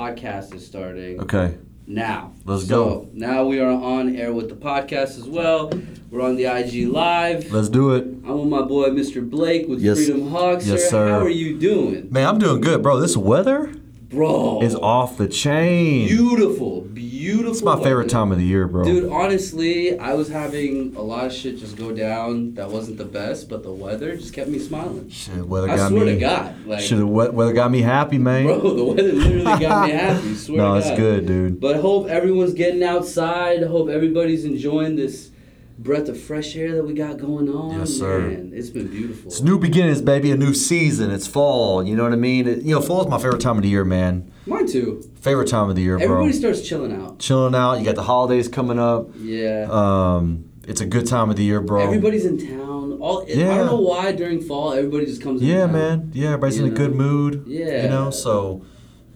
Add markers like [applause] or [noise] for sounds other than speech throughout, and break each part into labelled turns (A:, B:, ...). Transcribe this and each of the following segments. A: podcast is starting
B: Okay.
A: now.
B: Let's
A: So, Now we are on air with the podcast as well. We're on the IG Live.
B: Let's do it.
A: I'm with my boy Mr. Blake with
B: Yes.
A: Freedom Hawk.
B: Yes, sir.
A: How are you doing,
B: Man, I'm doing good, bro. This weather
A: bro?
B: is off the chain.
A: beautiful, beautiful.
B: it's my favorite time of the year, bro.
A: Dude, honestly, I was having a lot of shit just go down that wasn't the best, but the weather just kept me smiling.
B: Shit, weather
A: I
B: got
A: swear
B: me.
A: to God, like,
B: Shit, the we- weather got me happy, man.
A: bro, the weather literally got me happy.
B: [laughs]
A: Swear
B: no,
A: to
B: it's
A: God.
B: good, dude.
A: But hope everyone's getting outside. Hope everybody's enjoying this breath of fresh air that we got going on.
B: Yes, sir.
A: Man, it's been beautiful.
B: It's new beginnings, baby. A new season. It's fall. You know what I mean? It- you know, fall's my favorite time of the year, man.
A: Mine too.
B: Favorite time of the year, bro.
A: Everybody starts chilling out.
B: Chilling out. You got the holidays coming up.
A: Yeah.
B: Um, it's a good time of the year, bro.
A: Everybody's in town. All I
B: Yeah.
A: don't know why during fall everybody just comes. in
B: Yeah,
A: town.
B: man. Yeah, everybody's
A: You
B: in a good
A: know?
B: mood.
A: Yeah.
B: You know, so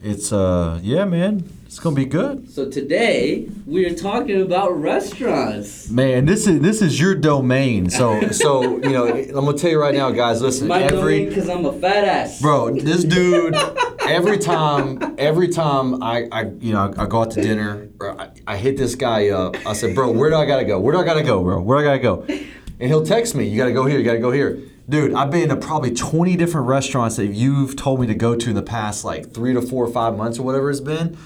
B: it's uh yeah, man. It's gonna be good.
A: So today we are talking about restaurants.
B: Man, this is this is your domain. So so you know, I'm gonna tell you right now, guys, listen,
A: My
B: every
A: because I'm a fat ass.
B: Bro, this dude, every time, every time I, I you know, I go out to dinner, or I, I hit this guy up. I said, bro, where do I gotta go? Where do I gotta go, bro? Where do I gotta go? And he'll text me, you gotta go here, you gotta go here. Dude, I've been to probably 20 different restaurants that you've told me to go to in the past like three to four or five months or whatever it's been.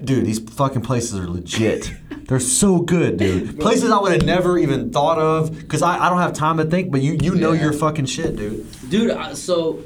B: Dude, these fucking places are legit. They're so good, dude. Places I would have never even thought of because I, I don't have time to think, but you, you know
A: Yeah.
B: your fucking shit, dude.
A: dude. I, so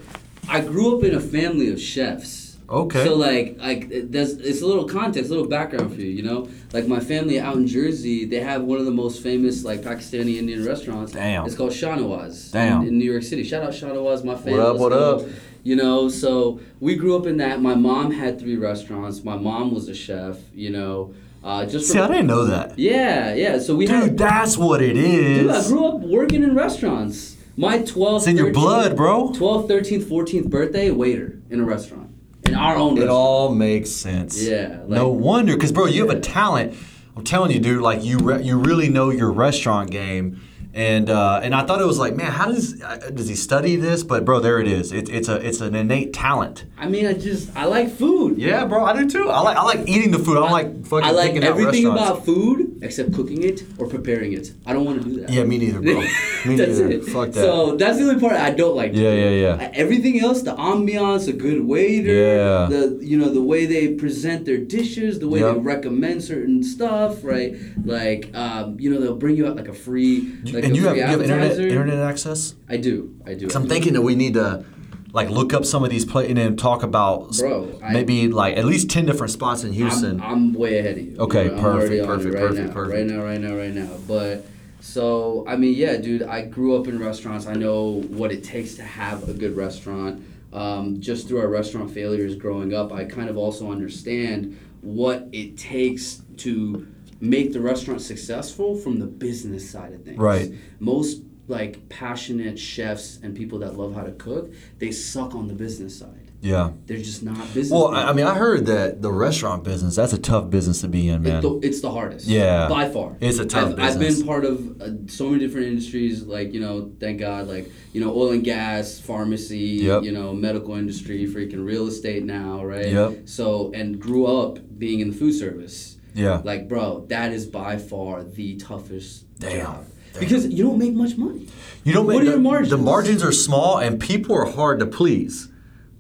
A: I grew up in a family of chefs.
B: Okay.
A: So like like it- there's it's a little context, a little background for you. You know, like my family out in Jersey, they have one of the most famous like Pakistani Indian restaurants.
B: Damn.
A: It's called Shanawaz. in-
B: Damn.
A: In, New York City. Shout out Shanawaz, my family.
B: What up, what up?
A: You know, so we grew up in that. My mom had three restaurants. My mom was a chef. You know, uh, just
B: See, I
A: from-
B: didn't know that.
A: yeah, yeah. So we had
B: Dude, that's what it
A: Dude, I
B: is.
A: grew up working in restaurants. My 12th,
B: It's in your
A: 13th
B: blood, bro.
A: 12th, 13th, 14th birthday, waiter in a restaurant. In our own
B: It
A: restaurant.
B: all makes sense.
A: Yeah, like-
B: no wonder, because bro, you have
A: Yeah.
B: a talent. I'm telling you, dude. Like you, re- you really know your restaurant game. And uh, and I thought it was like, man, how does uh, does he study this? But bro, there it is. It, it's a it's an innate talent.
A: I mean, I just, I like food.
B: Yeah, bro, I do too. I like I like eating the food. I, like fucking
A: I like
B: picking out
A: everything
B: restaurants.
A: about food except cooking it or preparing it. I don't want to do that.
B: [laughs] Yeah, me neither, [laughs] bro. Me
A: [laughs] that's
B: neither.
A: it.
B: Fuck that. [laughs]
A: So that's the only part I don't like. to
B: Yeah,
A: do.
B: yeah, yeah.
A: Uh, Everything else, the ambiance, a good waiter,
B: Yeah.
A: the you know the way they present their dishes, the way
B: Yep.
A: they recommend certain stuff, right? Like um, you know they'll bring you out like a free like
B: and
A: a
B: you have,
A: free
B: you have internet
A: appetizer.
B: internet access.
A: I do, I do.
B: So I'm thinking that we need to like look up some of these places and then talk about s-
A: Bro, I-
B: maybe like at least ten different spots in Houston.
A: I'm, I'm way ahead of you.
B: Okay,
A: You know, I'm already
B: perfect,
A: on it
B: perfect,
A: right
B: perfect,
A: now,
B: perfect.
A: Right now, right now, right now. But so I mean, yeah, dude. I grew up in restaurants. I know what it takes to have a good restaurant. Um, just through our restaurant failures growing up, I kind of also understand what it takes to make the restaurant successful from the business side of things.
B: Right.
A: Most like passionate chefs and people that love how to cook, they suck on the business side.
B: yeah.
A: They're just not business.
B: Well, I, I
A: people.
B: mean, I heard that the restaurant business that's a tough business to be in, man.
A: It's the, it's the hardest.
B: Yeah.
A: By far.
B: It's a
A: I've,
B: tough
A: I've
B: business.
A: been part of uh, so many different industries, like, you know, thank God, like, you know, oil and gas, pharmacy,
B: Yep.
A: you know, medical industry, freaking real estate now, right?
B: Yep.
A: So, and grew up being in the food service.
B: yeah.
A: Like, bro, that is by far the toughest
B: Damn.
A: job.
B: Damn.
A: Because you don't make much money.
B: you don't.
A: what
B: make-
A: are
B: the,
A: your margins?
B: The margins are small, and people are hard to please.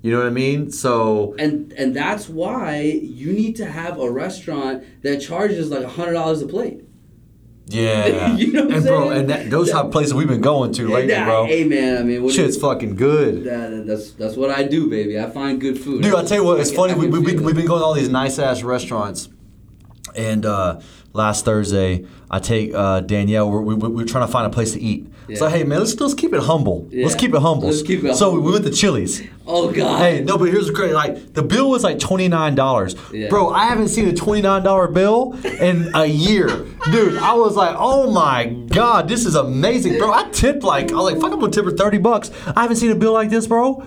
B: You know what I
A: [laughs]
B: mean? So
A: And and that's why you need to have a restaurant that charges like $100 a plate.
B: yeah.
A: You know what I'm
B: and bro,
A: saying?
B: and that, those are places we've been going to lately,
A: And, uh,
B: bro.
A: Hey, man, I mean, what do you-
B: Shit's fucking good.
A: That- that- that's that's what I do, baby. I find good food.
B: Dude, I'll tell you what, it's
A: I-
B: funny.
A: I
B: We,
A: can
B: we, we,
A: feel
B: we've
A: it.
B: been going to all these nice ass restaurants. And uh, last Thursday, I take uh, Danielle, we're, we, we- we're trying to find a place to eat. So,
A: Yeah.
B: hey, man, let's, let's keep it humble. Let's
A: Yeah.
B: keep it humble.
A: Let's keep it
B: so,
A: humble.
B: we went to Chili's.
A: Oh God.
B: Hey, no, but here's the crazy. Like, the bill was like $29.
A: Yeah.
B: Bro, I haven't seen a $29 bill in a year. Dude, I was like, oh my God, this is amazing. Bro, I tipped like, I was like, fuck, I'm gonna tip her 30 bucks. I haven't seen a bill like this,
A: [laughs]
B: bro.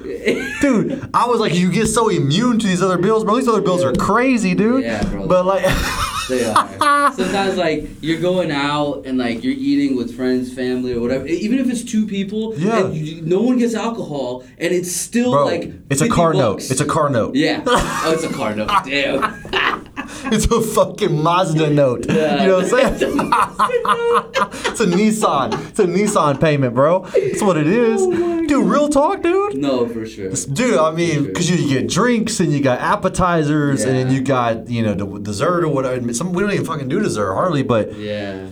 B: Dude, I was like, you get so immune to these other bills, bro. These other bills are crazy,
A: [laughs]
B: dude.
A: Yeah, bro.
B: But like,
A: They
B: [laughs]
A: are. Sometimes like you're going out and like you're eating with friends, family, or whatever. Even if it's two people,
B: Yeah.
A: and you, no one gets alcohol, and it's still
B: Bro,
A: like
B: it's a
A: 50
B: car
A: bucks.
B: note. It's a car note. [laughs]
A: yeah. Oh, it's a car note. Damn.
B: It's a fucking Mazda note. You know
A: [laughs]
B: what I'm saying? it's a Nissan. It's a Nissan payment, bro. That's what it is.
A: Oh
B: dude, real talk, dude.
A: No, for sure.
B: Dude, I mean, because you, you get drinks and you got appetizers and then
A: Yeah.
B: you got, you know, the dessert or whatever. I mean, Some, we don't even fucking do dessert, hardly, but
A: Yeah.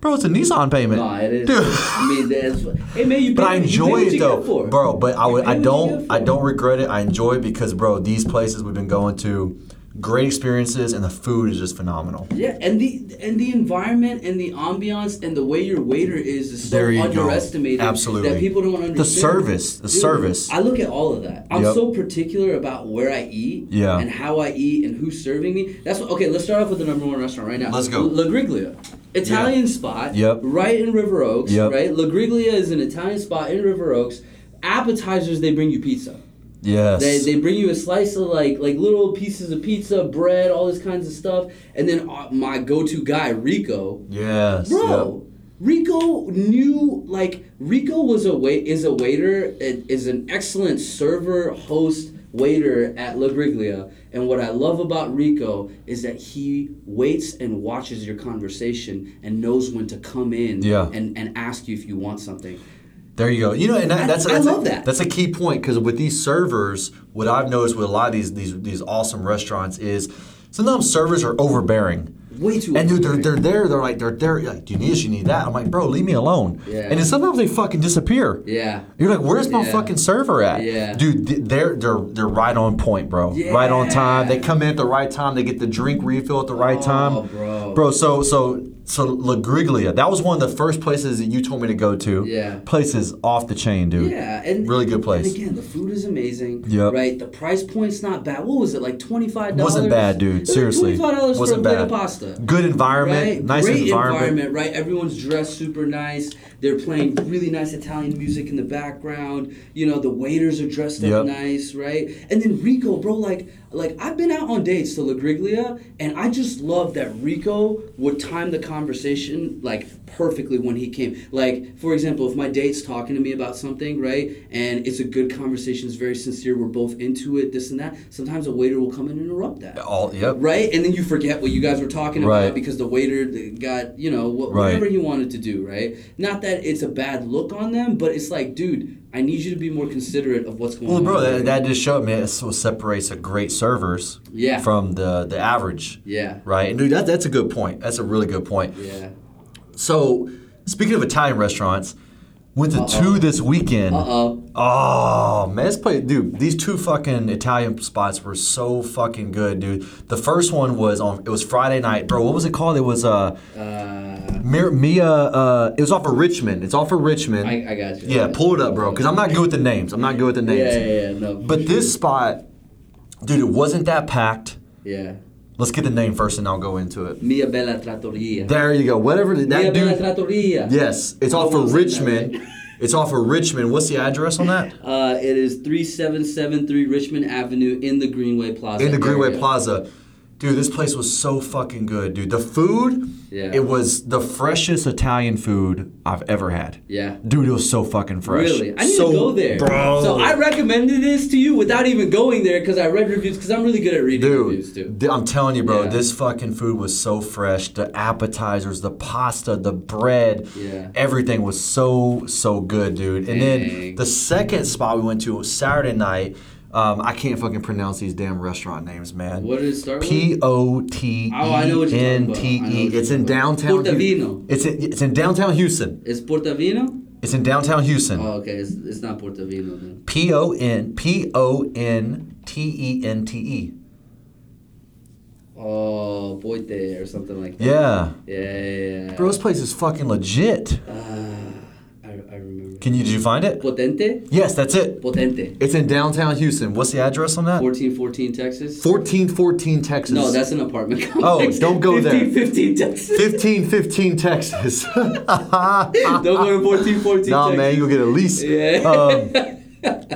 B: bro, it's a Nissan payment.
A: No, it is.
B: Dude.
A: I mean, that's. Hey man, you.
B: But
A: pay-
B: I
A: you pay
B: enjoy
A: what you
B: it
A: get
B: though,
A: for.
B: bro. But I, would,
A: pay
B: I
A: what you
B: don't
A: get
B: I
A: for.
B: don't regret it. I enjoy it because, bro, these places we've been going to, great experiences, and the food is just phenomenal.
A: Yeah, and the and the environment and the ambiance and the way your waiter is is so
B: There you go.
A: underestimated
B: Absolutely.
A: that people don't understand.
B: The service, the
A: Dude,
B: service.
A: I look at all of that. I'm
B: Yep.
A: so particular about where I eat
B: Yeah.
A: and how I eat and who's serving me. That's what, okay, let's start off with the number one restaurant right now.
B: Let's go.
A: La Griglia. Italian spot.
B: Yep.
A: Right in River Oaks,
B: Yep.
A: right? La Griglia is an Italian spot in River Oaks. Appetizers they bring you pizza.
B: Yes.
A: They, they bring you a slice of like like little pieces of pizza, bread, all this kinds of stuff, and then uh, my go-to guy Rico,
B: yes.
A: bro. Rico knew like Rico was a wait is a waiter and is an excellent server host waiter at La Griglia, and what I love about Rico is that he waits and watches your conversation and knows when to come in
B: Yeah.
A: and and ask you if you want something.
B: There you go. You know, and that,
A: I-
B: that's
A: I
B: that's
A: love
B: a,
A: that.
B: That's a key point because with these servers, what I've noticed with a lot of these these these awesome restaurants is sometimes servers are overbearing.
A: Way too.
B: And dude, they're,
A: overbearing.
B: they're there. They're like they're there. Like, do you need this? You need that? I'm like, bro, leave me alone.
A: Yeah.
B: And then sometimes they fucking disappear.
A: yeah.
B: You're like, where's my
A: Yeah.
B: fucking server at?
A: Yeah.
B: Dude, th- they're they're they're right on point, bro. Right on time.
A: Yeah.
B: They come in at the right time. They get the drink refill at the right
A: Oh,
B: time.
A: bro.
B: Bro, so so so La Griglia. That was one of the first places that you told me to go to.
A: Yeah.
B: Places off the chain, dude.
A: Yeah, and
B: Really good place.
A: And again, the food is amazing.
B: Yep.
A: Right. The price point's not bad. What was it like? Twenty five dollars.
B: Wasn't bad, dude. Seriously.
A: Twenty five dollars for a
B: Wasn't
A: plate
B: bad.
A: of pasta.
B: Good environment.
A: Right?
B: Nice
A: Great
B: environment.
A: right? Everyone's dressed super nice. They're playing really nice Italian music in the background. You know, the waiters are dressed up
B: Yep.
A: nice, right? And then Rico, bro, like like I've been out on dates to La Griglia, and I just love that Rico would time the conversation like perfectly when he came. Like, for example, if my date's talking to me about something, right, and it's a good conversation, it's very sincere, we're both into it, this and that. Sometimes a waiter will come and interrupt that
B: All yep.
A: right? And then you forget what you guys were talking about
B: Right.
A: because the waiter th- got you know wh-
B: Right.
A: whatever he wanted to do, right? Not that it's a bad look on them, but it's like, dude, I need you to be more considerate of what's going
B: Well,
A: on.
B: Oh, bro, that, that just showed me that's what separates the great servers
A: Yeah.
B: from the the average.
A: yeah,
B: Right, and dude, that, that's a good point. That's a really good point.
A: yeah.
B: So, speaking of Italian restaurants, went to two this weekend.
A: Uh oh,
B: Oh man, this place, dude. These two fucking Italian spots were so fucking good, dude. The first one was on. It was Friday night, bro. What was it called? It was uh,
A: uh,
B: Mir- Mia. Uh, it was off of Richmond. It's off of Richmond.
A: I, I got you.
B: yeah, pull it up, bro. Because I'm not good with the names. I'm not good with the names.
A: Yeah, yeah, yeah, no.
B: But this spot, dude, it wasn't that packed.
A: yeah,
B: Let's get the name first, and I'll go into it.
A: Mia Bella Trattoria.
B: There you go. Whatever the-
A: Mia
B: that
A: Bella
B: dude.
A: Trattoria.
B: Yes, it's off
A: Almost
B: of
A: said that,
B: Richmond. It's off of Richmond. What's the address on that?
A: Uh, it is three seven seven three Richmond Avenue in the Greenway Plaza.
B: In the Greenway
A: area.
B: Plaza. Dude, this place was so fucking good, dude. The food,
A: Yeah.
B: it was the freshest Italian food I've ever had.
A: Yeah.
B: Dude, it was so fucking fresh.
A: Really? I need
B: So-
A: to go there.
B: Bro.
A: So I recommended this to you without even going there because I read reviews because I'm really good at reading reviews too.
B: Dude, th- I'm telling you, bro,
A: Yeah.
B: this fucking food was so fresh. The appetizers, the pasta, the bread,
A: Yeah.
B: everything was so so good, dude. And then
A: Dang.
B: the second spot we went to was Saturday night. Um, I can't fucking pronounce these damn restaurant names, man.
A: What did it start with?
B: P O T E
A: Oh, I know what you're talking
B: N
A: about.
B: T
A: I know what
B: E.
A: you're
B: It's in
A: talking
B: downtown.
A: about.
B: Hu-
A: Portofino.
B: It's in, it's in downtown Houston.
A: Is Portavino?
B: It's in downtown Houston.
A: Oh, okay. It's, it's not Portavino then.
B: P O N P O N T E N T E.
A: Oh, Boite or something like that.
B: Yeah,
A: Yeah, yeah, yeah.
B: bro, this place is fucking legit.
A: Ah, I, I remember.
B: Can you did you find it?
A: Potente?
B: Yes, that's it.
A: Potente.
B: It's in downtown Houston. What's the address on that?
A: 1414 Texas?
B: 1414 Texas. Oh,
A: No, that's an apartment complex.
B: don't go there.
A: 1515 Texas.
B: 1515 Texas. [laughs]
A: don't go to 1414
B: nah,
A: Texas.
B: man, you gonna get a lease.
A: Yeah. [laughs]
B: Um,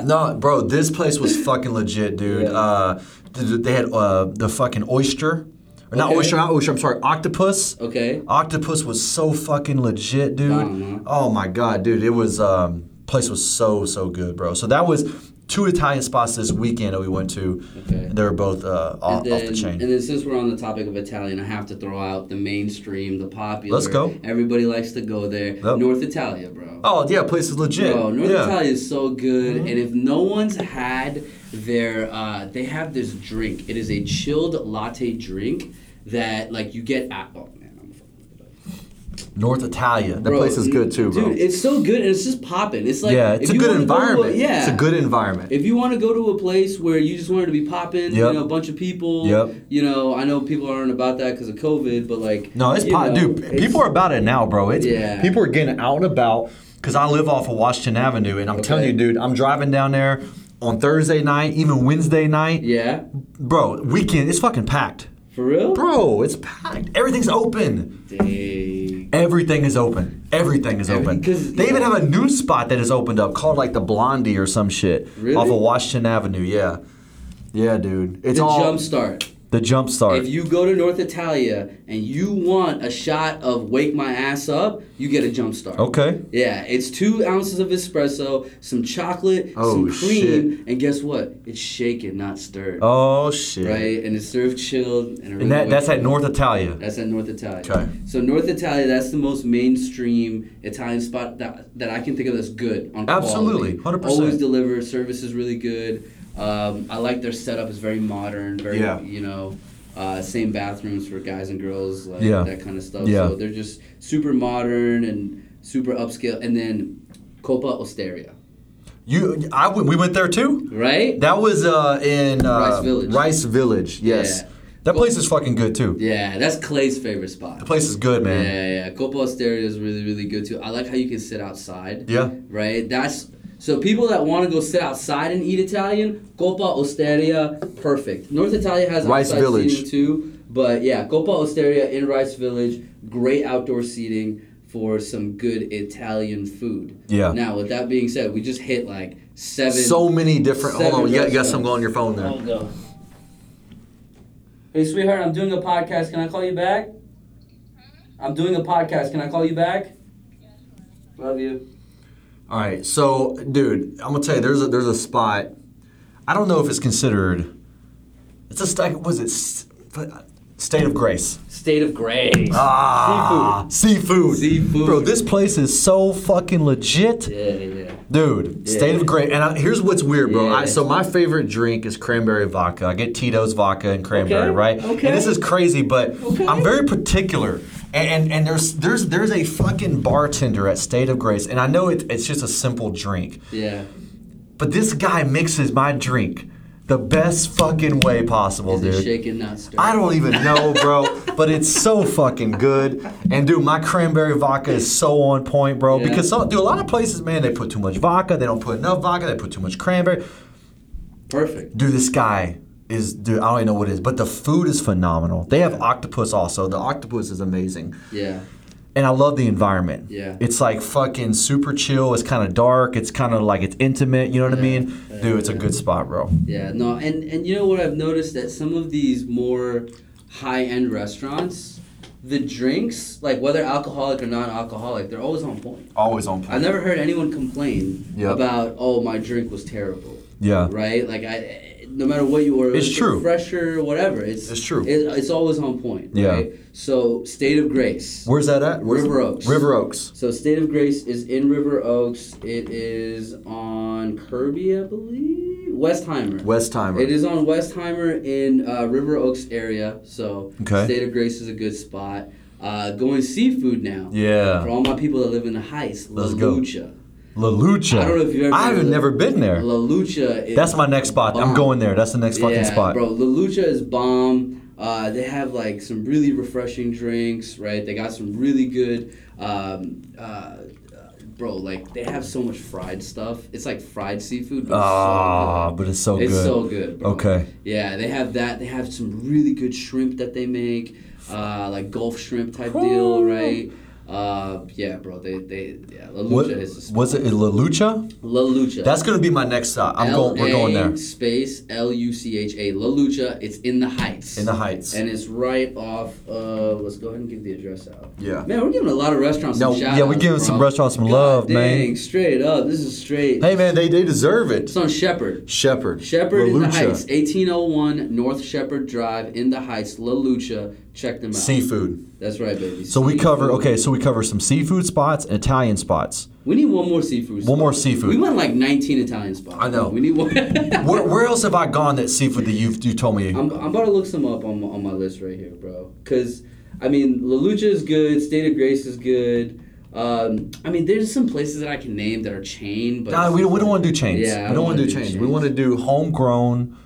B: no, bro, this place was fucking legit, dude.
A: Yeah.
B: Uh, th- th- they had uh, the fucking oyster. Or not
A: Okay.
B: oyster, not oyster. I'm sorry, octopus.
A: Okay.
B: Octopus was so fucking legit, dude.
A: Mhm.
B: Oh my god, dude, it was um, place was so so good, bro. So that was two Italian spots this weekend that we went to.
A: Okay.
B: They were both uh, off,
A: And then,
B: off the chain.
A: and then since we're on the topic of Italian, I have to throw out the mainstream, the popular.
B: Let's go.
A: Everybody likes to go there.
B: Yep.
A: North Italia, bro.
B: oh yeah, place is legit.
A: Bro, North
B: yeah. Mm-hmm.
A: Italia is so good, and if no one's had their, uh, they have this drink. It is a chilled latte drink that like you get at. Oh man, I'm fucking look it up.
B: North Italia. That
A: Bro,
B: place is good too, bro.
A: Dude, it's so good, and it's just popping. It's like
B: yeah, it's
A: if
B: a
A: you
B: good
A: wanna go to
B: environment.
A: A, yeah,
B: it's a good environment.
A: If you want to go to a place where you just wanted to be popping,
B: Yep.
A: you know, a bunch of people.
B: Yep.
A: You know, I know people aren't about that because of COVID, but like.
B: No, it's
A: you
B: pot,
A: know,
B: dude.
A: it's-
B: people are about it now, bro. It's
A: Yeah.
B: people are getting out and about because I live off of Washington Avenue, and I'm telling you,
A: Okay.
B: dude, I'm driving down there on Thursday night, even Wednesday night,
A: Yeah,
B: bro. Weekend, it's fucking packed,
A: for real.
B: bro. It's packed. Everything's open.
A: Dang.
B: Everything is open. Everything is open.
A: Every- 'cause-
B: They even have a new spot that is opened up called like the Blondie or some shit
A: Really?
B: off of Washington Avenue. Yeah, yeah, dude. It's
A: The
B: all
A: jump start.
B: the jump start.
A: If you go to North Italia and you want a shot of Wake My Ass Up, you get a jump start.
B: okay.
A: Yeah, it's two ounces of espresso, some chocolate,
B: Oh,
A: some cream, and guess what? It's shaken, not stirred.
B: Oh shit.
A: Right? And it's served chilled. And, a really
B: And that,
A: good-
B: that's at North Italia.
A: That's at North Italia.
B: Okay.
A: So North Italia, that's the most mainstream Italian spot that, that I can think of that's good on
B: Absolutely,
A: quality.
B: 100%.
A: Always deliver. Service is really good. Um, I like their setup. It's very modern. Very
B: Yeah.
A: you know, uh, same bathrooms for guys and girls. Like
B: Yeah.
A: That kind of stuff.
B: Yeah.
A: So they're just super modern and super upscale. And then Copa Osteria,
B: You, I went- we went there too.
A: right?
B: That was uh, in uh,
A: Rice Village.
B: Rice Village, yes.
A: Yeah.
B: That place is fucking good too.
A: yeah, that's Clay's favorite spot.
B: The place is good,
A: Yeah,
B: man.
A: yeah, yeah. Copa Osteria is really, really good too. I like how you can sit outside.
B: Yeah.
A: Right? That's so people that want to go sit outside and eat Italian, Copa Osteria, perfect. North Italia has
B: Rice
A: outside
B: Village.
A: seating too, but yeah, Copa Osteria in Rice Village, great outdoor seating for some good Italian food.
B: Yeah.
A: Now, with that being said, we just hit like seven.
B: So many different.
A: Seven
B: hold on, you got, you got
A: restaurants.
B: something on your phone there.
A: go. Hey, sweetheart, I'm doing a podcast. Can I call you back? I'm doing a podcast. Can I call you back? Love you.
B: All right, so dude, I'm gonna tell you, there's a there's a spot. I don't know if it's considered. It's a st- was it s- state of grace?
A: State of grace.
B: Ah, seafood.
A: Seafood.
B: Bro, this place is so fucking legit.
A: Yeah, yeah.
B: Dude, state of
A: Yeah.
B: grace. And I, here's what's weird, bro. I,
A: Yeah.
B: so my favorite drink is cranberry vodka. I get Tito's vodka and cranberry,
A: Okay,
B: right?
A: okay.
B: And this is crazy, but
A: Okay.
B: I'm very particular. And, and and there's there's there's a fucking bartender at State of Grace, and I know it, it's just a simple drink,
A: Yeah.
B: but this guy mixes my drink the best fucking way possible,
A: Is
B: dude.
A: it shaken, not stirred?
B: I don't even know, bro, but it's so fucking good. And dude, my cranberry vodka is so on point, bro.
A: Yeah.
B: Because some, dude, a lot of places, man, they put too much vodka, they don't put enough vodka, they put too much cranberry.
A: Perfect.
B: Dude, this guy is, dude, I don't even know what it is, but the food is phenomenal. They have octopus also. The octopus is amazing.
A: Yeah.
B: And I love the environment.
A: Yeah.
B: It's like fucking super chill. It's kind of dark. It's kind of like it's intimate. You know what I
A: Yeah.
B: mean? Dude, it's a good spot, bro.
A: Yeah. No, and and you know what I've noticed that some of these more high-end restaurants, the drinks, like whether alcoholic or non-alcoholic, they're always on point.
B: Always on
A: I
B: point.
A: never heard anyone complain
B: Yep.
A: about oh my drink was terrible.
B: Yeah.
A: Right? Like I no matter what you order,
B: It's
A: if
B: true.
A: Fresher, whatever. It's
B: It's true.
A: It, it's always on point.
B: Yeah.
A: Right? So state of grace.
B: Where's that at? Where's-
A: River Oaks.
B: River Oaks.
A: So state of grace is in River Oaks. It is on Kirby, I believe. Westheimer.
B: Westheimer.
A: It is on Westheimer in uh, River Oaks area. So
B: Okay.
A: state of grace is a good spot. Uh, going seafood now. For
B: Yeah.
A: all my people that live in the Heights, La
B: Let's go.
A: Lucha.
B: La Lucha.
A: I don't know if you've ever
B: I
A: been to
B: haven't
A: La-
B: never been there.
A: La Lucha is
B: That's my next spot. I'm
A: bomb.
B: going there. That's the next fucking
A: yeah,
B: spot.
A: Bro, La Lucha is bomb. Uh, they have like some really refreshing drinks, right? They got some really good, um, uh, uh, bro. Like they have so much fried stuff. It's like fried seafood. But
B: Ah,
A: it's so good.
B: but it's so
A: It's
B: good.
A: so good, bro.
B: Okay.
A: Yeah, they have that. They have some really good shrimp that they make, uh, like Gulf shrimp type deal, right? Uh, yeah, bro. They they yeah. La Lucha
B: What,
A: is the spot.
B: was it La Lucha?
A: La Lucha.
B: That's gonna be my next stop. I'm going. We're going
A: LA
B: there
A: Space L U C H A. La Lucha. It's in the Heights.
B: in the Heights.
A: And it's right off. Uh, let's go ahead and give the address out.
B: Yeah.
A: Man, we're giving a lot of restaurants.
B: No,
A: some
B: yeah,
A: shout
B: we're giving some restaurants some
A: God
B: love,
A: dang,
B: man.
A: Straight up, this is straight.
B: Hey man, they they deserve it.
A: It's on Shepherd.
B: Shepherd.
A: Shepherd
B: La
A: in the
B: Lucha.
A: Heights, 1801 North Shepherd Drive in the Heights, La Lucha. Check them out.
B: Seafood.
A: That's right, baby.
B: So we
A: Seafood.
B: cover okay. So we cover some seafood spots and Italian spots.
A: We need one more seafood.
B: One more
A: We
B: seafood.
A: went like 19 Italian spots.
B: I know.
A: We need one.
B: Where, where else have I gone that seafood that you've you told me?
A: I'm, I'm about to look some up on my, on my list right here, bro. Cause I mean, La Lucha is good. State of Grace is good. Um, I mean, there's some places that I can name that are chain, but
B: Nah, we don't, we don't want to do chains.
A: Yeah, I
B: we don't
A: don't
B: want to
A: wanna
B: do
A: do
B: chains. We
A: chains.
B: want to do homegrown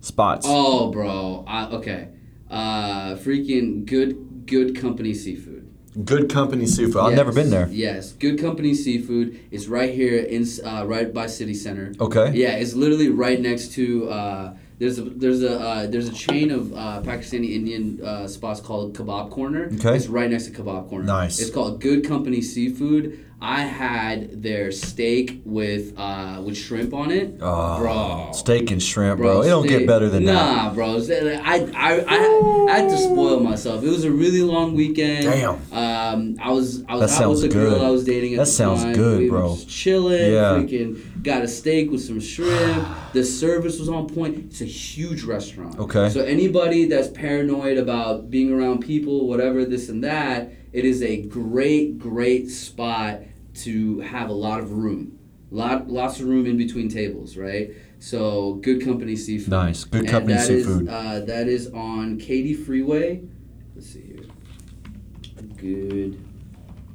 B: spots.
A: Oh, bro. I, okay. Uh, freaking good, good company seafood.
B: Good company seafood. I've never
A: Yes,
B: been there.
A: Yes, Good Company Seafood is right here in uh, right by City Center.
B: Okay.
A: Yeah, it's literally right next to. Uh, there's a there's a uh, there's a chain of uh, Pakistani Indian uh, spots called Kebab Corner.
B: Okay.
A: It's right next to Kebab Corner.
B: Nice.
A: It's called Good Company Seafood. I had their steak with uh, with shrimp on it.
B: Oh,
A: bro.
B: Steak and shrimp, bro. it don't get
A: steak-
B: better than that.
A: Nah, bro. It's- I, I, I, I had to spoil myself. It was a really long weekend.
B: Damn.
A: Um, I was I was
B: That
A: out with
B: sounds
A: the
B: good.
A: girl I was dating at
B: That
A: the
B: sounds
A: time.
B: good,
A: we
B: bro.
A: Were just chilling.
B: Yeah.
A: Freaking got a steak with some
B: [sighs]
A: shrimp. the service was on point. It's a huge restaurant.
B: Okay.
A: So anybody that's paranoid about being around people, whatever this and that, it is a great, great spot to have a lot of room. Lot, lots of room in between tables, right? So good company seafood.
B: Nice. Good company
A: that is,
B: seafood.
A: uh, that is on Katy Freeway. Let's see here. Good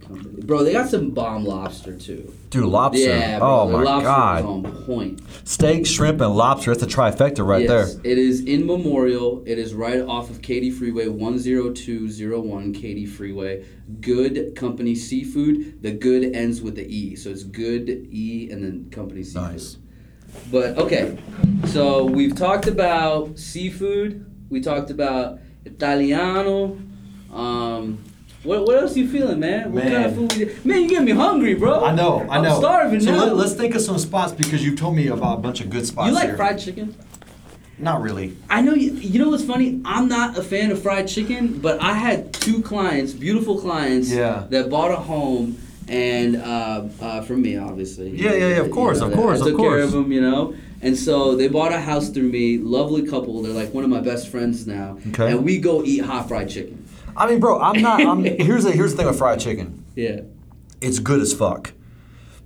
A: company. Bro, they got some bomb lobster too.
B: Dude, lobster.
A: Yeah, bro,
B: oh
A: their
B: my
A: lobster
B: god.
A: is on point.
B: Steak, shrimp, and lobster. That's a trifecta right
A: yes,
B: there.
A: It is in Memorial. It is right off of Katy Freeway 10201 Katy Freeway. Good company seafood. The good ends with the E. So it's good E and then company seafood.
B: Nice.
A: But okay, so we've talked about seafood. We talked about Italiano. Um, what, what else you feeling, man? What kind
B: Man.
A: of food? We, man, you get me hungry, bro. I'm starving now.
B: think of some spots because you've told me about a bunch of good spots.
A: you like fried chicken?
B: Not really.
A: I know you, you know what's funny? I'm not a fan of fried chicken, but I had two clients, beautiful clients,
B: Yeah.
A: that bought a home and uh, uh, from me, obviously.
B: Yeah, yeah, yeah, of course, of
A: that
B: course,
A: I
B: of
A: took care
B: course.
A: of them, you know. And so they bought a house through me. Lovely couple. They're like one of my best friends now.
B: Okay.
A: And we go eat hot fried chicken.
B: I mean, bro, I'm not.
A: [laughs]
B: I'm, here's the here's the thing with fried chicken.
A: Yeah.
B: It's good as fuck.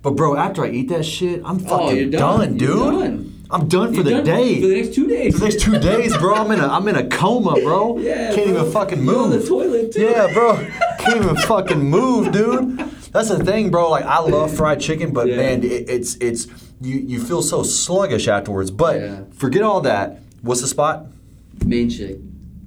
B: But bro, after I eat that shit, I'm fucking
A: Oh, you're
B: done.
A: done.
B: dude.
A: You're done.
B: I'm done for
A: You're
B: the
A: done
B: day.
A: For the next two days.
B: For the next two days, bro, I'm in a I'm in a coma,
A: [laughs]
B: bro.
A: Yeah,
B: Can't
A: bro.
B: even fucking move.
A: You're on the toilet, too.
B: Yeah, bro. Can't even fucking move, dude. That's the thing, bro. Like I love fried chicken, but
A: Yeah.
B: man, it, it's it's you you feel so sluggish afterwards. But
A: Yeah.
B: forget all that. What's the spot?
A: Main chick.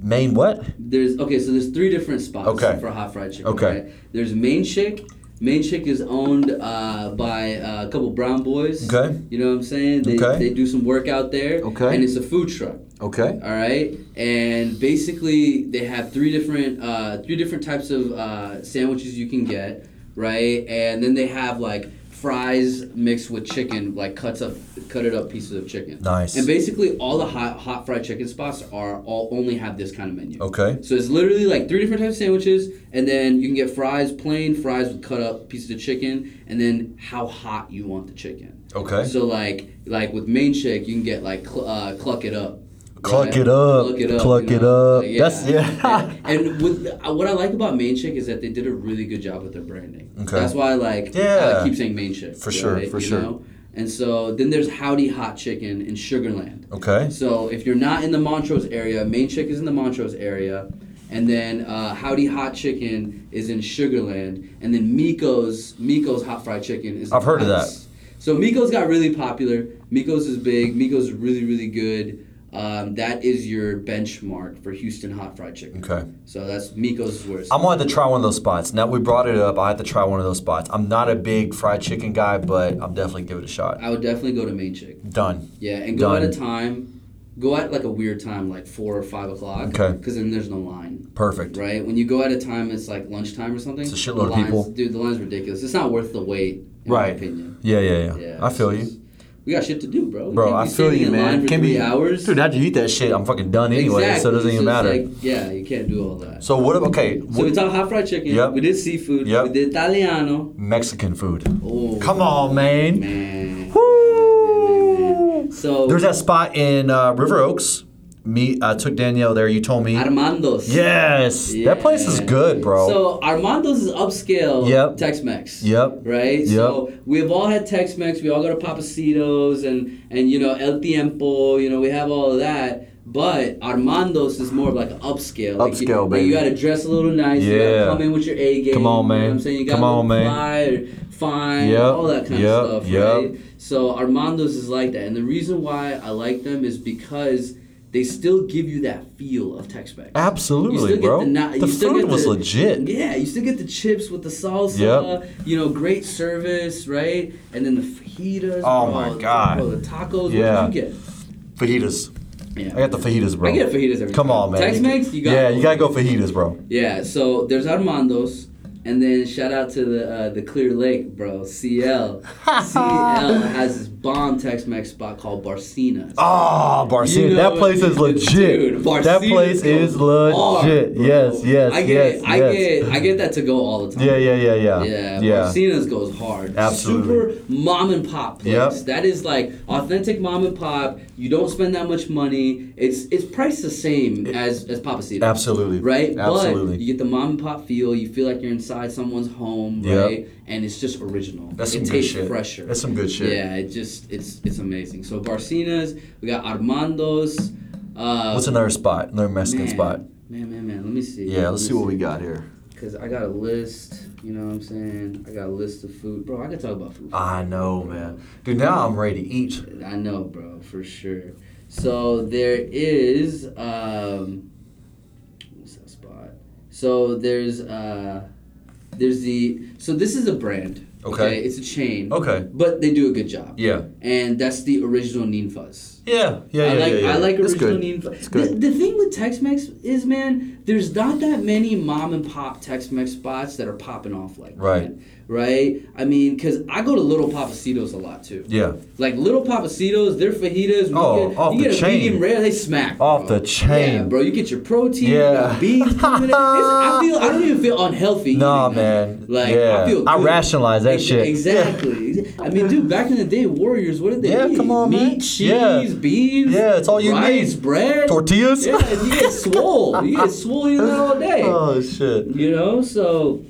B: Main what?
A: There's okay, so there's three different spots
B: Okay.
A: for hot fried chicken.
B: Okay.
A: right? There's Main Chick. Main Chick is owned uh, by uh, a couple brown boys.
B: Okay.
A: You know what I'm saying? They,
B: Okay.
A: They do some work out there.
B: Okay.
A: And it's a food truck.
B: Okay.
A: All right. And basically, they have three different uh, three different types of uh, sandwiches you can get, right? And then they have like fries mixed with chicken, like cuts up, cut it up pieces of chicken.
B: Nice.
A: And basically, all the hot hot fried chicken spots are all only have this kind of menu.
B: Okay.
A: So it's literally like three different types of sandwiches, and then you can get fries, plain fries with cut up pieces of chicken, and then how hot you want the chicken.
B: Okay.
A: So like like with main chick, you can get like cl- uh, cluck it up.
B: Cluck
A: Right?
B: it up, cluck
A: you
B: it
A: know?
B: up. That's- [laughs] yeah.
A: and and with uh, what I like about main chick is that they did a really good job with their branding.
B: Okay.
A: That's why I like
B: Yeah.
A: I keep saying main chick.
B: For sure, for
A: you
B: sure.
A: know? And so then there's Howdy Hot Chicken in Sugarland.
B: Okay.
A: So if you're not in the Montrose area, Main Chick is in the Montrose area, and then uh, Howdy Hot Chicken is in Sugarland, and then Miko's Miko's Hot Fried Chicken is. in
B: I've heard of
A: Heights. So Miko's got really popular. Miko's is big. Miko's is really really good. Um, that is your benchmark for Houston hot fried chicken.
B: Okay.
A: So that's Miko's is where it's.
B: I wanted to try one of those spots. Now we brought it up. I had to try one of those spots. I'm not a big fried chicken guy, but I'm definitely give it a shot.
A: I would definitely go to Main Chick.
B: Done.
A: Yeah, and go at
B: Done.
A: a time go at like a weird time, like four or five o'clock.
B: Okay.
A: Because then there's no line,
B: Perfect.
A: right? When you go at a time, it's like lunchtime or something.
B: It's a shitload
A: the
B: of
A: lines,
B: people.
A: Dude, the line's ridiculous. It's not worth the wait. In My
B: Right.
A: opinion.
B: Yeah, yeah, yeah.
A: Yeah.
B: I feel
A: it's
B: you,
A: just- We got shit to do, bro. We
B: bro.
A: can't
B: I
A: be
B: feel
A: sitting
B: you,
A: in
B: man.
A: line for
B: Can
A: three
B: be
A: hours.
B: dude. After you eat that shit, I'm fucking done anyway, so it
A: Exactly.
B: doesn't even
A: it's
B: matter.
A: Like, yeah, you can't do all that.
B: so what? About, okay,
A: So we
B: what-
A: talked hot fried chicken.
B: Yep.
A: We did seafood.
B: Yep.
A: We did Italiano.
B: Mexican food.
A: Oh,
B: Come on, man.
A: man.
B: Woo!
A: So
B: There's that spot in uh, River Oaks. Me, I took Danielle there. You told me.
A: Armando's.
B: Yes, that place is
A: Yeah.
B: good, bro.
A: So Armando's is upscale
B: Yep.
A: Tex-Mex.
B: Yep.
A: Right.
B: Yep.
A: So we've all had Tex-Mex. We all go to Papacitos and and you know El Tiempo. You know we have all of that. But Armando's is more of like upscale. Like you,
B: Upscale,
A: like
B: baby.
A: you gotta dress a little nice. You
B: Yeah.
A: gotta come in with your A game.
B: Come on,
A: You know
B: man.
A: what I'm saying you gotta
B: Come on,
A: look
B: man.
A: fly or fine.
B: Yep.
A: All that kind
B: Yep.
A: of stuff.
B: Yep.
A: Right. So Armando's is like that, and the reason why I like them is because they still give you that feel of Tex-Mex. You
B: Absolutely,
A: still
B: bro.
A: Get the, na-
B: the
A: you still
B: food
A: get
B: was
A: the-
B: legit.
A: Yeah, you still get the chips with the salsa. You know, great service, right? And then the fajitas.
B: Oh
A: bro,
B: my
A: the-
B: God.
A: Bro, the tacos.
B: Yeah.
A: What did you get?
B: Fajitas.
A: Yeah.
B: I got the fajitas, bro.
A: I get fajitas every
B: Come
A: time.
B: on, man.
A: Tex-Mex, you got-
B: Yeah, you gotta go fajitas, bro.
A: Yeah, so there's Armando's, and then shout out to the uh, the Clear Lake, bro.
B: [laughs]
A: CL. CL has this bomb Tex-Mex spot called Barcina.
B: Oh, Barcina,
A: You know
B: that place is
A: it.
B: legit.
A: Dude, Barcina
B: that
A: goes
B: place is legit.
A: hard, bro.
B: yes, yes,
A: I get,
B: yes,
A: I
B: yes.
A: get, I get that to go all the time.
B: yeah, yeah, yeah, yeah.
A: Yeah,
B: yeah.
A: Barcena's goes hard.
B: Absolutely.
A: Super mom and pop place.
B: Yep.
A: That is like authentic mom and pop. You don't spend that much money. It's it's priced the same as as Papacito.
B: Absolutely.
A: Right?
B: Absolutely.
A: But you get the mom and pop feel. You feel like you're inside someone's home,
B: Yep.
A: right? And it's just original.
B: That's some
A: it
B: good
A: tastes
B: shit.
A: fresher.
B: That's some good shit.
A: Yeah, it just it's it's amazing. So Barcena's, we got Armando's. Uh,
B: What's another spot? Another Mexican
A: man,
B: spot?
A: Man, man, man. Let me see.
B: Yeah, let's
A: Let
B: see
A: me
B: what we got here.
A: Cause I got a list, you know what I'm saying? I got a list of food, bro. I could talk about food.
B: I know, man. Dude, now I'm ready to eat.
A: I know, bro, for sure. So there is um, what's that spot? So there's uh, there's the so this is a brand.
B: Okay.
A: It's a chain.
B: Okay.
A: But they do a good job.
B: Yeah.
A: And that's the original Ninfas.
B: Yeah, yeah, yeah,
A: I like
B: yeah, yeah.
A: I like
B: It's
A: original
B: good. It's
A: Ninfas. The,
B: good.
A: the thing with Tex-Mex is, man, there's not that many mom and pop Tex-Mex spots that are popping off like
B: Right.
A: that. Right. I mean, cause I go to Little Papacitos a lot too.
B: Yeah.
A: Like little papacitos, their fajitas. when
B: Oh,
A: you get,
B: off
A: you
B: the
A: get a
B: chain.
A: medium rare, they smack. bro.
B: Off the chain.
A: Yeah, bro. You get your protein.
B: Yeah.
A: You got beans.
B: [laughs]
A: coming in. It's, I feel. I don't even feel unhealthy.
B: Nah,
A: eating that.
B: man.
A: Like
B: Yeah.
A: I feel.
B: I
A: good.
B: rationalize that
A: Ex-
B: shit.
A: Exactly.
B: [laughs]
A: I mean, dude, back in the day, warriors. What did they
B: Yeah,
A: eat?
B: come on,
A: Meat,
B: man.
A: cheese,
B: Yeah.
A: beans.
B: Yeah, it's all you
A: rice,
B: need.
A: bread,
B: Tortillas?
A: Yeah, and you get swole. you get swole eating that all day.
B: [laughs] Oh shit.
A: You know, so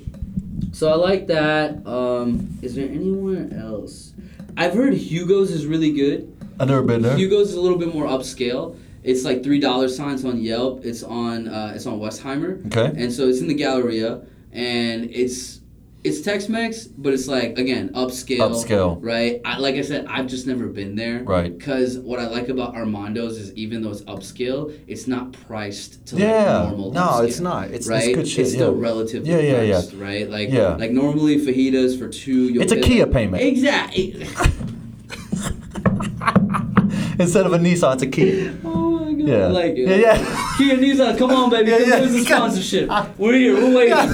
A: so I like that. Um, is there anyone else? I've heard Hugo's is really good.
B: I've never been there.
A: Hugo's is a little bit more upscale. It's like three dollar signs on Yelp. It's on uh, it's on Westheimer.
B: Okay.
A: And so it's in the Galleria, and it's it's Tex-Mex, but it's like again upscale.
B: Upscale.
A: Right. I, like I said, I've just never been there.
B: Right.
A: Because what I like about Armando's is even though it's upscale, it's not priced to
B: Yeah.
A: like normal.
B: No, it's
A: upscale
B: not. It's,
A: right?
B: it's good shit.
A: still
B: yeah.
A: relatively
B: Yeah, yeah, yeah.
A: priced, right? Like,
B: Yeah.
A: like normally fajitas for two. You'll
B: It's a
A: pay
B: Kia
A: like-
B: payment.
A: Exactly. [laughs]
B: Instead of a Nissan, it's a Kia.
A: Oh my god,
B: Yeah.
A: [laughs] I like it. [laughs]
B: Yeah, yeah.
A: Kia Nissan, come on, baby,
B: Yeah,
A: come
B: yeah.
A: give us a sponsorship. We're here, we're waiting.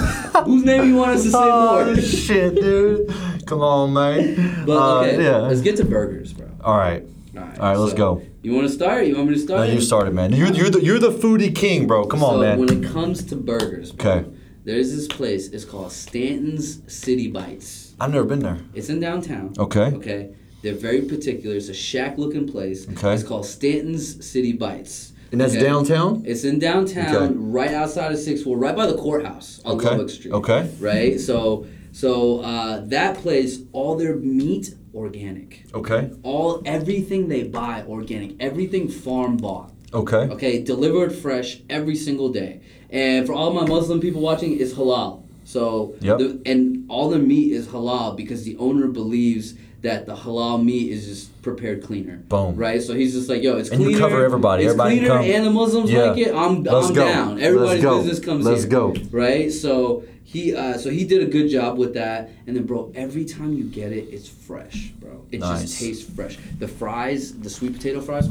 A: Whose name you want us to say
B: Oh
A: more?
B: [laughs] shit, dude. Come on, man.
A: But
B: Uh,
A: okay,
B: yeah.
A: let's get to burgers, bro.
B: All right.
A: All right,
B: All right, let's go.
A: You want to start? You want me to
B: No,
A: start?
B: you started, man. You're you're the, you're the foodie king, bro. Come on,
A: so
B: man.
A: when it comes to burgers, bro,
B: Okay.
A: there's this place. It's called Stanton's City Bites.
B: I've never been there.
A: It's in downtown.
B: Okay.
A: Okay. They're very particular. It's a shack looking place.
B: Okay.
A: It's called Stanton's City Bites.
B: And that's
A: Okay?
B: downtown.
A: It's in downtown,
B: Okay.
A: right outside of Six Well, right by the courthouse on
B: Okay.
A: Lubbock Street.
B: Okay.
A: Right? So so uh, that place, all their meat organic.
B: Okay.
A: All everything they buy organic. Everything farm bought.
B: Okay.
A: Okay, delivered fresh every single day. And for all my Muslim people watching, it's halal. So
B: Yep.
A: the, and all the meat is halal because the owner believes that the halal meat is just prepared cleaner.
B: Boom.
A: Right? So he's just like, yo, it's
B: And you
A: cleaner.
B: cover everybody.
A: It's
B: Everybody
A: cleaner
B: come.
A: and the Muslims
B: Yeah.
A: like it. I'm,
B: Let's
A: I'm
B: go.
A: down. Everybody's
B: Let's go.
A: business comes
B: Let's
A: here,
B: go.
A: Right? So he uh, so he did a good job with that. And then bro, every time you get it, it's fresh, bro. It
B: Nice. [sighs]
A: just tastes fresh. The fries, the sweet potato fries,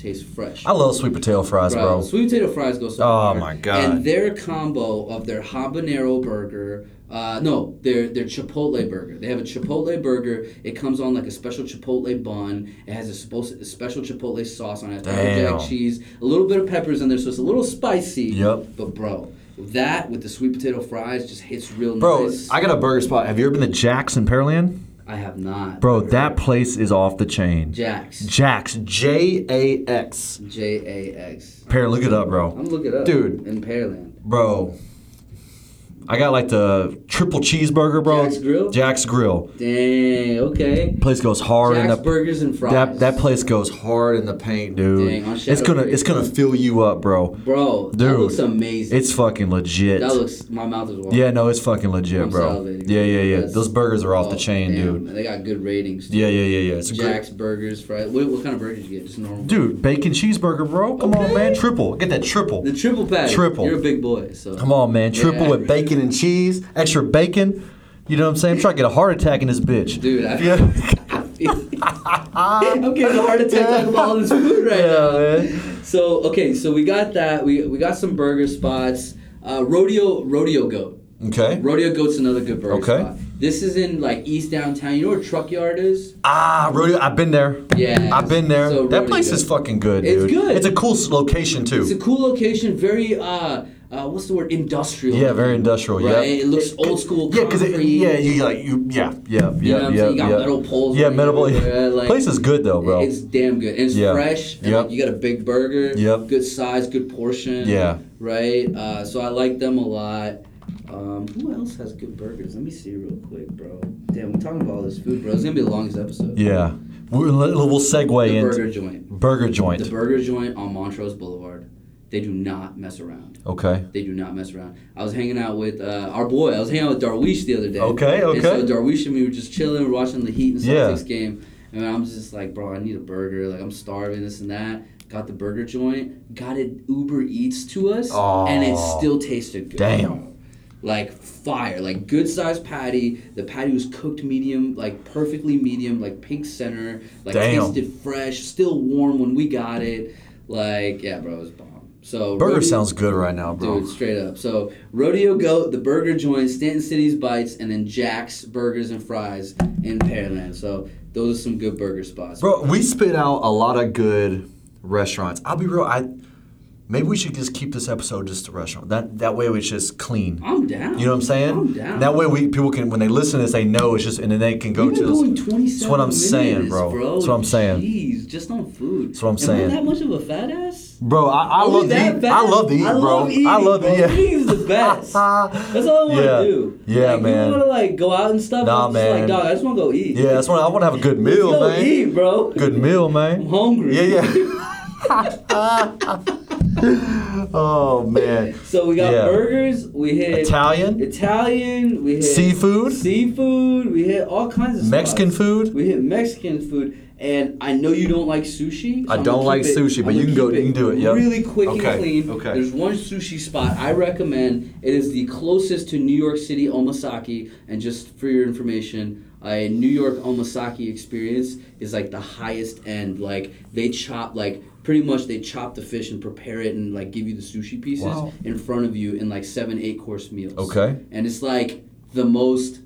A: taste fresh.
B: I love sweet potato fries, bro.
A: Sweet potato fries go so
B: Oh,
A: hard.
B: my God.
A: And their combo of their habanero burger, uh, no, their their chipotle burger. They have a chipotle burger. It comes on like a special chipotle bun. It has a, supposed, a special chipotle sauce on it, pepper
B: Damn.
A: jack cheese, a little bit of peppers in there, so it's a little spicy.
B: Yep.
A: But bro, that with the sweet potato fries just hits real
B: Bro,
A: nice.
B: I got a burger spot. Have you ever been to Jack's in Pearland?
A: I have not.
B: Bro, that place is off the chain.
A: Jax.
B: Jack's, J A X.
A: J A X.
B: Pear, look it up, bro.
A: I'm looking up.
B: Dude.
A: In Pearland.
B: Bro, I got like the triple cheeseburger, bro.
A: Jack's Grill?
B: Jack's Grill.
A: Dang, okay.
B: Place goes hard in
A: Jack's
B: the
A: Burgers and Fries.
B: that that place goes hard in the paint, dude.
A: Dang, on
B: it's
A: Shadow
B: gonna
A: Creek.
B: it's gonna fill you up, bro.
A: Bro,
B: Dude,
A: that looks amazing.
B: It's fucking legit.
A: that looks. My mouth is watering.
B: yeah, no, it's fucking legit,
A: I'm
B: bro.
A: salivating.
B: Yeah, yeah, yeah.
A: That's-
B: Those burgers are off
A: Oh,
B: the chain,
A: damn,
B: dude.
A: man, They got good ratings.
B: Yeah, yeah, yeah, yeah. It's a great,
A: Jack's Burgers, fries. What, what kind of burgers you get? Just normal.
B: dude. Bacon cheeseburger, bro. Come on,
A: Okay.
B: man. Triple. Get that triple.
A: The triple pack.
B: Triple.
A: You're a big boy, so.
B: Come on, man. Triple
A: Yeah.
B: with bacon and cheese, extra bacon. You know what I'm saying? I'm trying to get a heart attack in this bitch.
A: Dude, I-
B: yeah.
A: [laughs] I'm getting a heart attack talking about all this food right now.
B: yeah, man.
A: So okay, so we got that. We we got some burger spots. Uh, rodeo rodeo goat.
B: Okay.
A: Rodeo goat's another good burger
B: Okay.
A: spot. This is in like East Downtown. You know where Truck Yard is?
B: Ah, rodeo. I've been there.
A: Yeah.
B: I've been there.
A: So
B: that
A: Rodeo
B: place
A: Goat.
B: is fucking good,
A: It's
B: dude.
A: good.
B: It's a cool s- location too.
A: It's a cool location. Very uh, uh what's the word? Industrial.
B: yeah, very industrial.
A: Right.
B: Yeah.
A: It looks old school.
B: Yeah, because
A: concrete.
B: yeah, you like you yeah yeah
A: You
B: yeah
A: know what I'm
B: yeah
A: saying? You got
B: yeah.
A: metal poles
B: Yeah,
A: running
B: metal. pole-
A: everywhere, like-
B: place is good though, bro.
A: It's damn good. And it's
B: Yeah.
A: fresh. And
B: Yep.
A: like, you got a big burger.
B: Yep.
A: Good size, good portion.
B: Yeah.
A: Right? Uh, so I like them a lot. Um, who else has good burgers? Let me see real quick, bro. Damn, we're talking about all this food, bro. It's going to be the longest episode.
B: yeah. We'll, we'll segue
A: The
B: into
A: burger joint.
B: burger joint.
A: The burger joint on Montrose Boulevard. They do not mess around.
B: okay.
A: They do not mess around. I was hanging out with uh, our boy. I was hanging out with Darwish the other day.
B: Okay,
A: And
B: okay.
A: so Darwish and me were just chilling, we were watching the Heat and
B: Yeah.
A: Celtics game, and I'm just like, bro, I need a burger. Like I'm starving, this and that. Got the burger joint. Got it Uber Eats to us,
B: Aw.
A: and it still tasted good.
B: Damn.
A: Like fire, like good sized patty. The patty was cooked medium, like perfectly medium, like pink center, like
B: Damn.
A: tasted fresh, still warm when we got it. Like yeah, bro, it was bomb. So
B: Burger
A: really-
B: sounds good right now, bro.
A: Dude, straight up. So, Rodeo Goat, the Burger Joint, Stanton City's Bites, and then Jack's Burgers and Fries in Pearland. So, those are some good burger spots.
B: Bro, we spit out a lot of good restaurants. I'll be real. I maybe we should just keep this episode just a restaurant. That that way it's just clean.
A: I'm down.
B: You know what I'm saying?
A: I'm down.
B: That way we people can when they listen to this, they know it's just and then they can go
A: We've
B: to
A: been
B: this.
A: going 27
B: That's what I'm saying,
A: minutes,
B: bro. That's what I'm saying.
A: Jeez, just on food.
B: That's what I'm
A: Am I
B: saying.
A: that much of a fat ass?
B: Bro, I, I
A: Are we
B: love
A: Oh, that
B: to eat. I
A: fat?
B: love to eat,
A: I
B: bro.
A: love eating,
B: I love
A: bro.
B: to eat.
A: Eating's the
B: [laughs]
A: best. That's all I want to
B: Yeah.
A: do.
B: Yeah,
A: like,
B: man.
A: You want to like go out and stuff?
B: Nah,
A: I'm just
B: man.
A: Like, dog, I just want to go eat.
B: yeah, that's what I want to have a good
A: Let's
B: meal,
A: go
B: man.
A: eat, bro.
B: Good meal, man.
A: I'm hungry.
B: Yeah, yeah. [laughs] oh man.
A: So we got
B: Yeah.
A: burgers. We hit
B: Italian,
A: Italian. We hit
B: Seafood?
A: Seafood. We hit all kinds of stuff.
B: Mexican food.
A: We hit Mexican food, and I know you don't like sushi. so
B: I
A: I'm
B: don't
A: gonna
B: like
A: keep it-
B: sushi, but
A: I'm
B: you
A: gonna
B: can go-
A: keep
B: you can do it, yep.
A: Really quick
B: Okay,
A: and clean.
B: okay.
A: There's one sushi spot I recommend. It is the closest to New York City Omasaki, and just for your information. A New York Omasaki experience is like the highest end. Like they chop, like pretty much they chop the fish and prepare it and like give you the sushi pieces
B: Wow.
A: in front of you in like seven, eight course meals.
B: Okay.
A: And it's like the most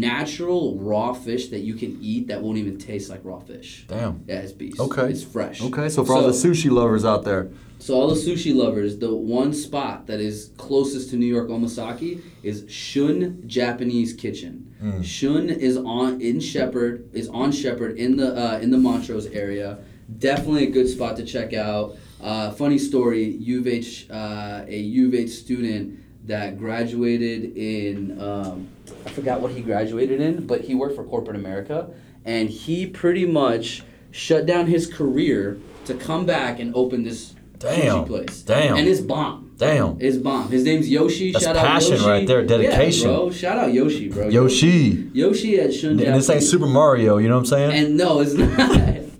A: natural raw fish that you can eat that won't even taste like raw fish.
B: Damn.
A: Yeah, it's beast.
B: Okay.
A: It's fresh.
B: Okay, so for all the sushi lovers out there,
A: So all the sushi lovers, the one spot that is closest to New York Omasaki is Shun Japanese Kitchen. Shun is on in Shepherd is on Shepherd in the uh, in the Montrose area. Definitely a good spot to check out. Uh, funny story: U of H, uh, a U of H student that graduated in um, I forgot what he graduated in, but he worked for corporate America, and he pretty much shut down his career to come back and open this
B: Damn.
A: sushi place.
B: Damn.
A: And it's bomb.
B: damn.
A: It's bomb. His name's Yoshi.
B: That's
A: Shout
B: passion
A: out Yoshi.
B: right there, dedication.
A: Yeah, bro. Shout out Yoshi, bro.
B: Yoshi.
A: Yoshi at Shun.
B: And this ain't
A: Japanese.
B: Super Mario, you know what I'm saying?
A: And no, it's not.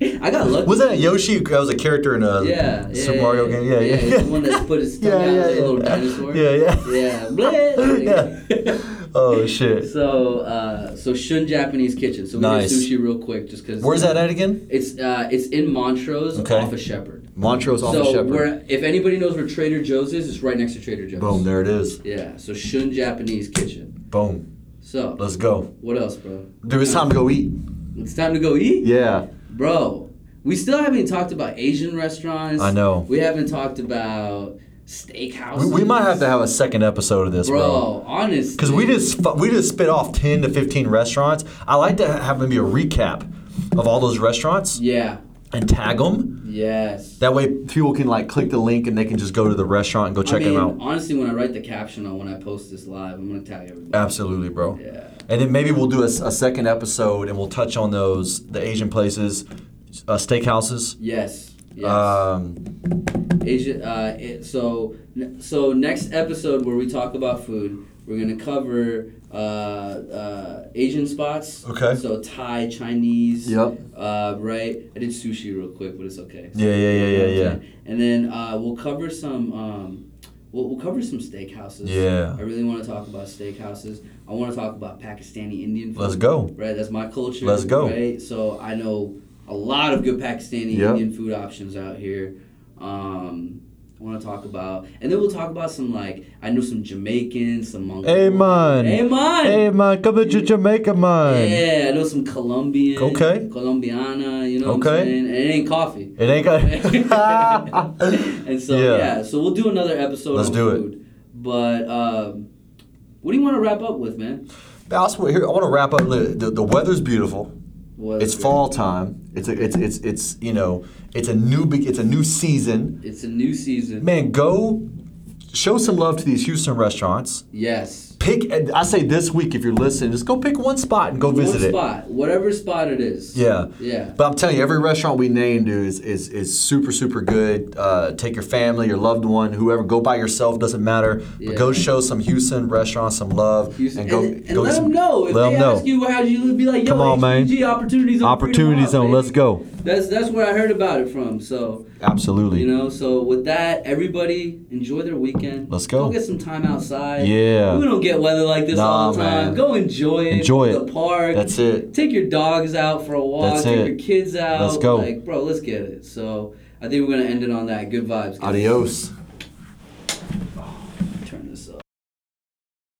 A: [laughs] I got lucky.
B: was that Yoshi? That was a character in a
A: Yeah, yeah,
B: Super Mario
A: yeah,
B: game. Yeah, yeah.
A: he's the one that put
B: [laughs]
A: his tongue
B: Yeah,
A: out
B: yeah,
A: like a little
B: yeah.
A: dinosaur.
B: Yeah, yeah. [laughs]
A: Yeah. bleh.
B: Oh shit.
A: [laughs] so, uh, so Shun Japanese Kitchen. So we
B: Nice.
A: did sushi real quick, just because.
B: Where's that at again?
A: It's uh, it's in Montrose
B: Okay.
A: off of Shepherd.
B: Montrose off of
A: so
B: Shepherd.
A: we're, if anybody knows where Trader Joe's is, it's right next to Trader Joe's.
B: Boom, there it is.
A: Yeah, so Shun Japanese Kitchen.
B: Boom.
A: So,
B: Let's go.
A: what else, bro?
B: Dude, it's time to go eat.
A: It's time to go eat?
B: Yeah.
A: Bro, we still haven't talked about Asian restaurants.
B: I know.
A: We haven't talked about steakhouses.
B: We, we might have to have a second episode of this,
A: Bro,
B: bro.
A: honestly.
B: Because we just fu- we just spit off ten to fifteen restaurants. I like to have maybe a recap of all those restaurants
A: Yeah,
B: and tag them.
A: yes.
B: That way, people can like click the link and they can just go to the restaurant and go check
A: I mean,
B: them out.
A: honestly, when I write the caption on when I post this live, I'm going to tag everybody.
B: Absolutely, bro.
A: Yeah.
B: And then maybe we'll do a, s- a second episode and we'll touch on those the Asian places, uh, steakhouses.
A: Yes. Yes.
B: Um,
A: Asia. Uh, it, so so next episode where we talk about food, we're gonna cover uh, uh, Asian spots.
B: Okay.
A: So Thai, Chinese.
B: Yep.
A: Uh, right. I did sushi real quick, but it's okay.
B: yeah, yeah, yeah, yeah, yeah.
A: And then uh, we'll cover some. Um, We'll, we'll cover some steakhouses.
B: Yeah.
A: I really want to talk about steakhouses. I want to talk about Pakistani Indian food.
B: Let's go.
A: Right, that's my culture.
B: Let's go.
A: Right, so I know a lot of good Pakistani
B: Yep.
A: Indian food options out here. Um, I want to talk about, and then we'll talk about some like I know some Jamaicans, some Mongolian.
B: Hey, man.
A: Hey man.
B: man, come
A: to
B: Jamaica,
A: Yeah, I know some Colombian.
B: Okay.
A: Colombiana, you know what
B: Okay.
A: I'm saying? And it ain't coffee.
B: It ain't
A: [laughs]
B: got.
A: and so
B: Yeah.
A: yeah. so we'll do another episode.
B: Let's
A: on
B: do it.
A: food. But um, what do you want to wrap up with, man?
B: Also, here I want to wrap up. The, the, the weather's beautiful.
A: Well,
B: It's fall time. It's a, it's it's it's you know it's a new big it's a new season.
A: It's a new season.
B: Man, go show some love to these Houston restaurants.
A: Yes.
B: Pick and I say this week if you're listening, just go pick one spot and go visit
A: one
B: it.
A: spot, whatever spot it is.
B: Yeah.
A: Yeah.
B: But I'm telling you, every restaurant we named dude, is is, is super super good. Uh, take your family, your loved one, whoever. Go by yourself, doesn't matter. But
A: Yeah.
B: go show some Houston restaurants some love
A: You s-
B: and go
A: and,
B: go
A: let
B: get
A: them know. If
B: let
A: they
B: 'em know.
A: ask you, how you be like, yo,
B: Come on, man.
A: HPG, opportunities on
B: Opportunity
A: Freedom
B: zone.
A: Hub,
B: Let's
A: baby.
B: go.
A: That's that's where I heard about it from. So
B: Absolutely.
A: you know, so with that, everybody enjoy their weekend.
B: Let's go.
A: Go get some time outside.
B: Yeah.
A: We don't get weather like this
B: Nah,
A: all the time.
B: man.
A: Go enjoy it.
B: Enjoy
A: Go to
B: it.
A: The park.
B: That's it.
A: Take your dogs out for a walk.
B: That's
A: Take
B: it.
A: your kids out.
B: Let's go.
A: Like, bro, let's get it. So I think we're gonna end it on that. Good vibes. guys.
B: Adios.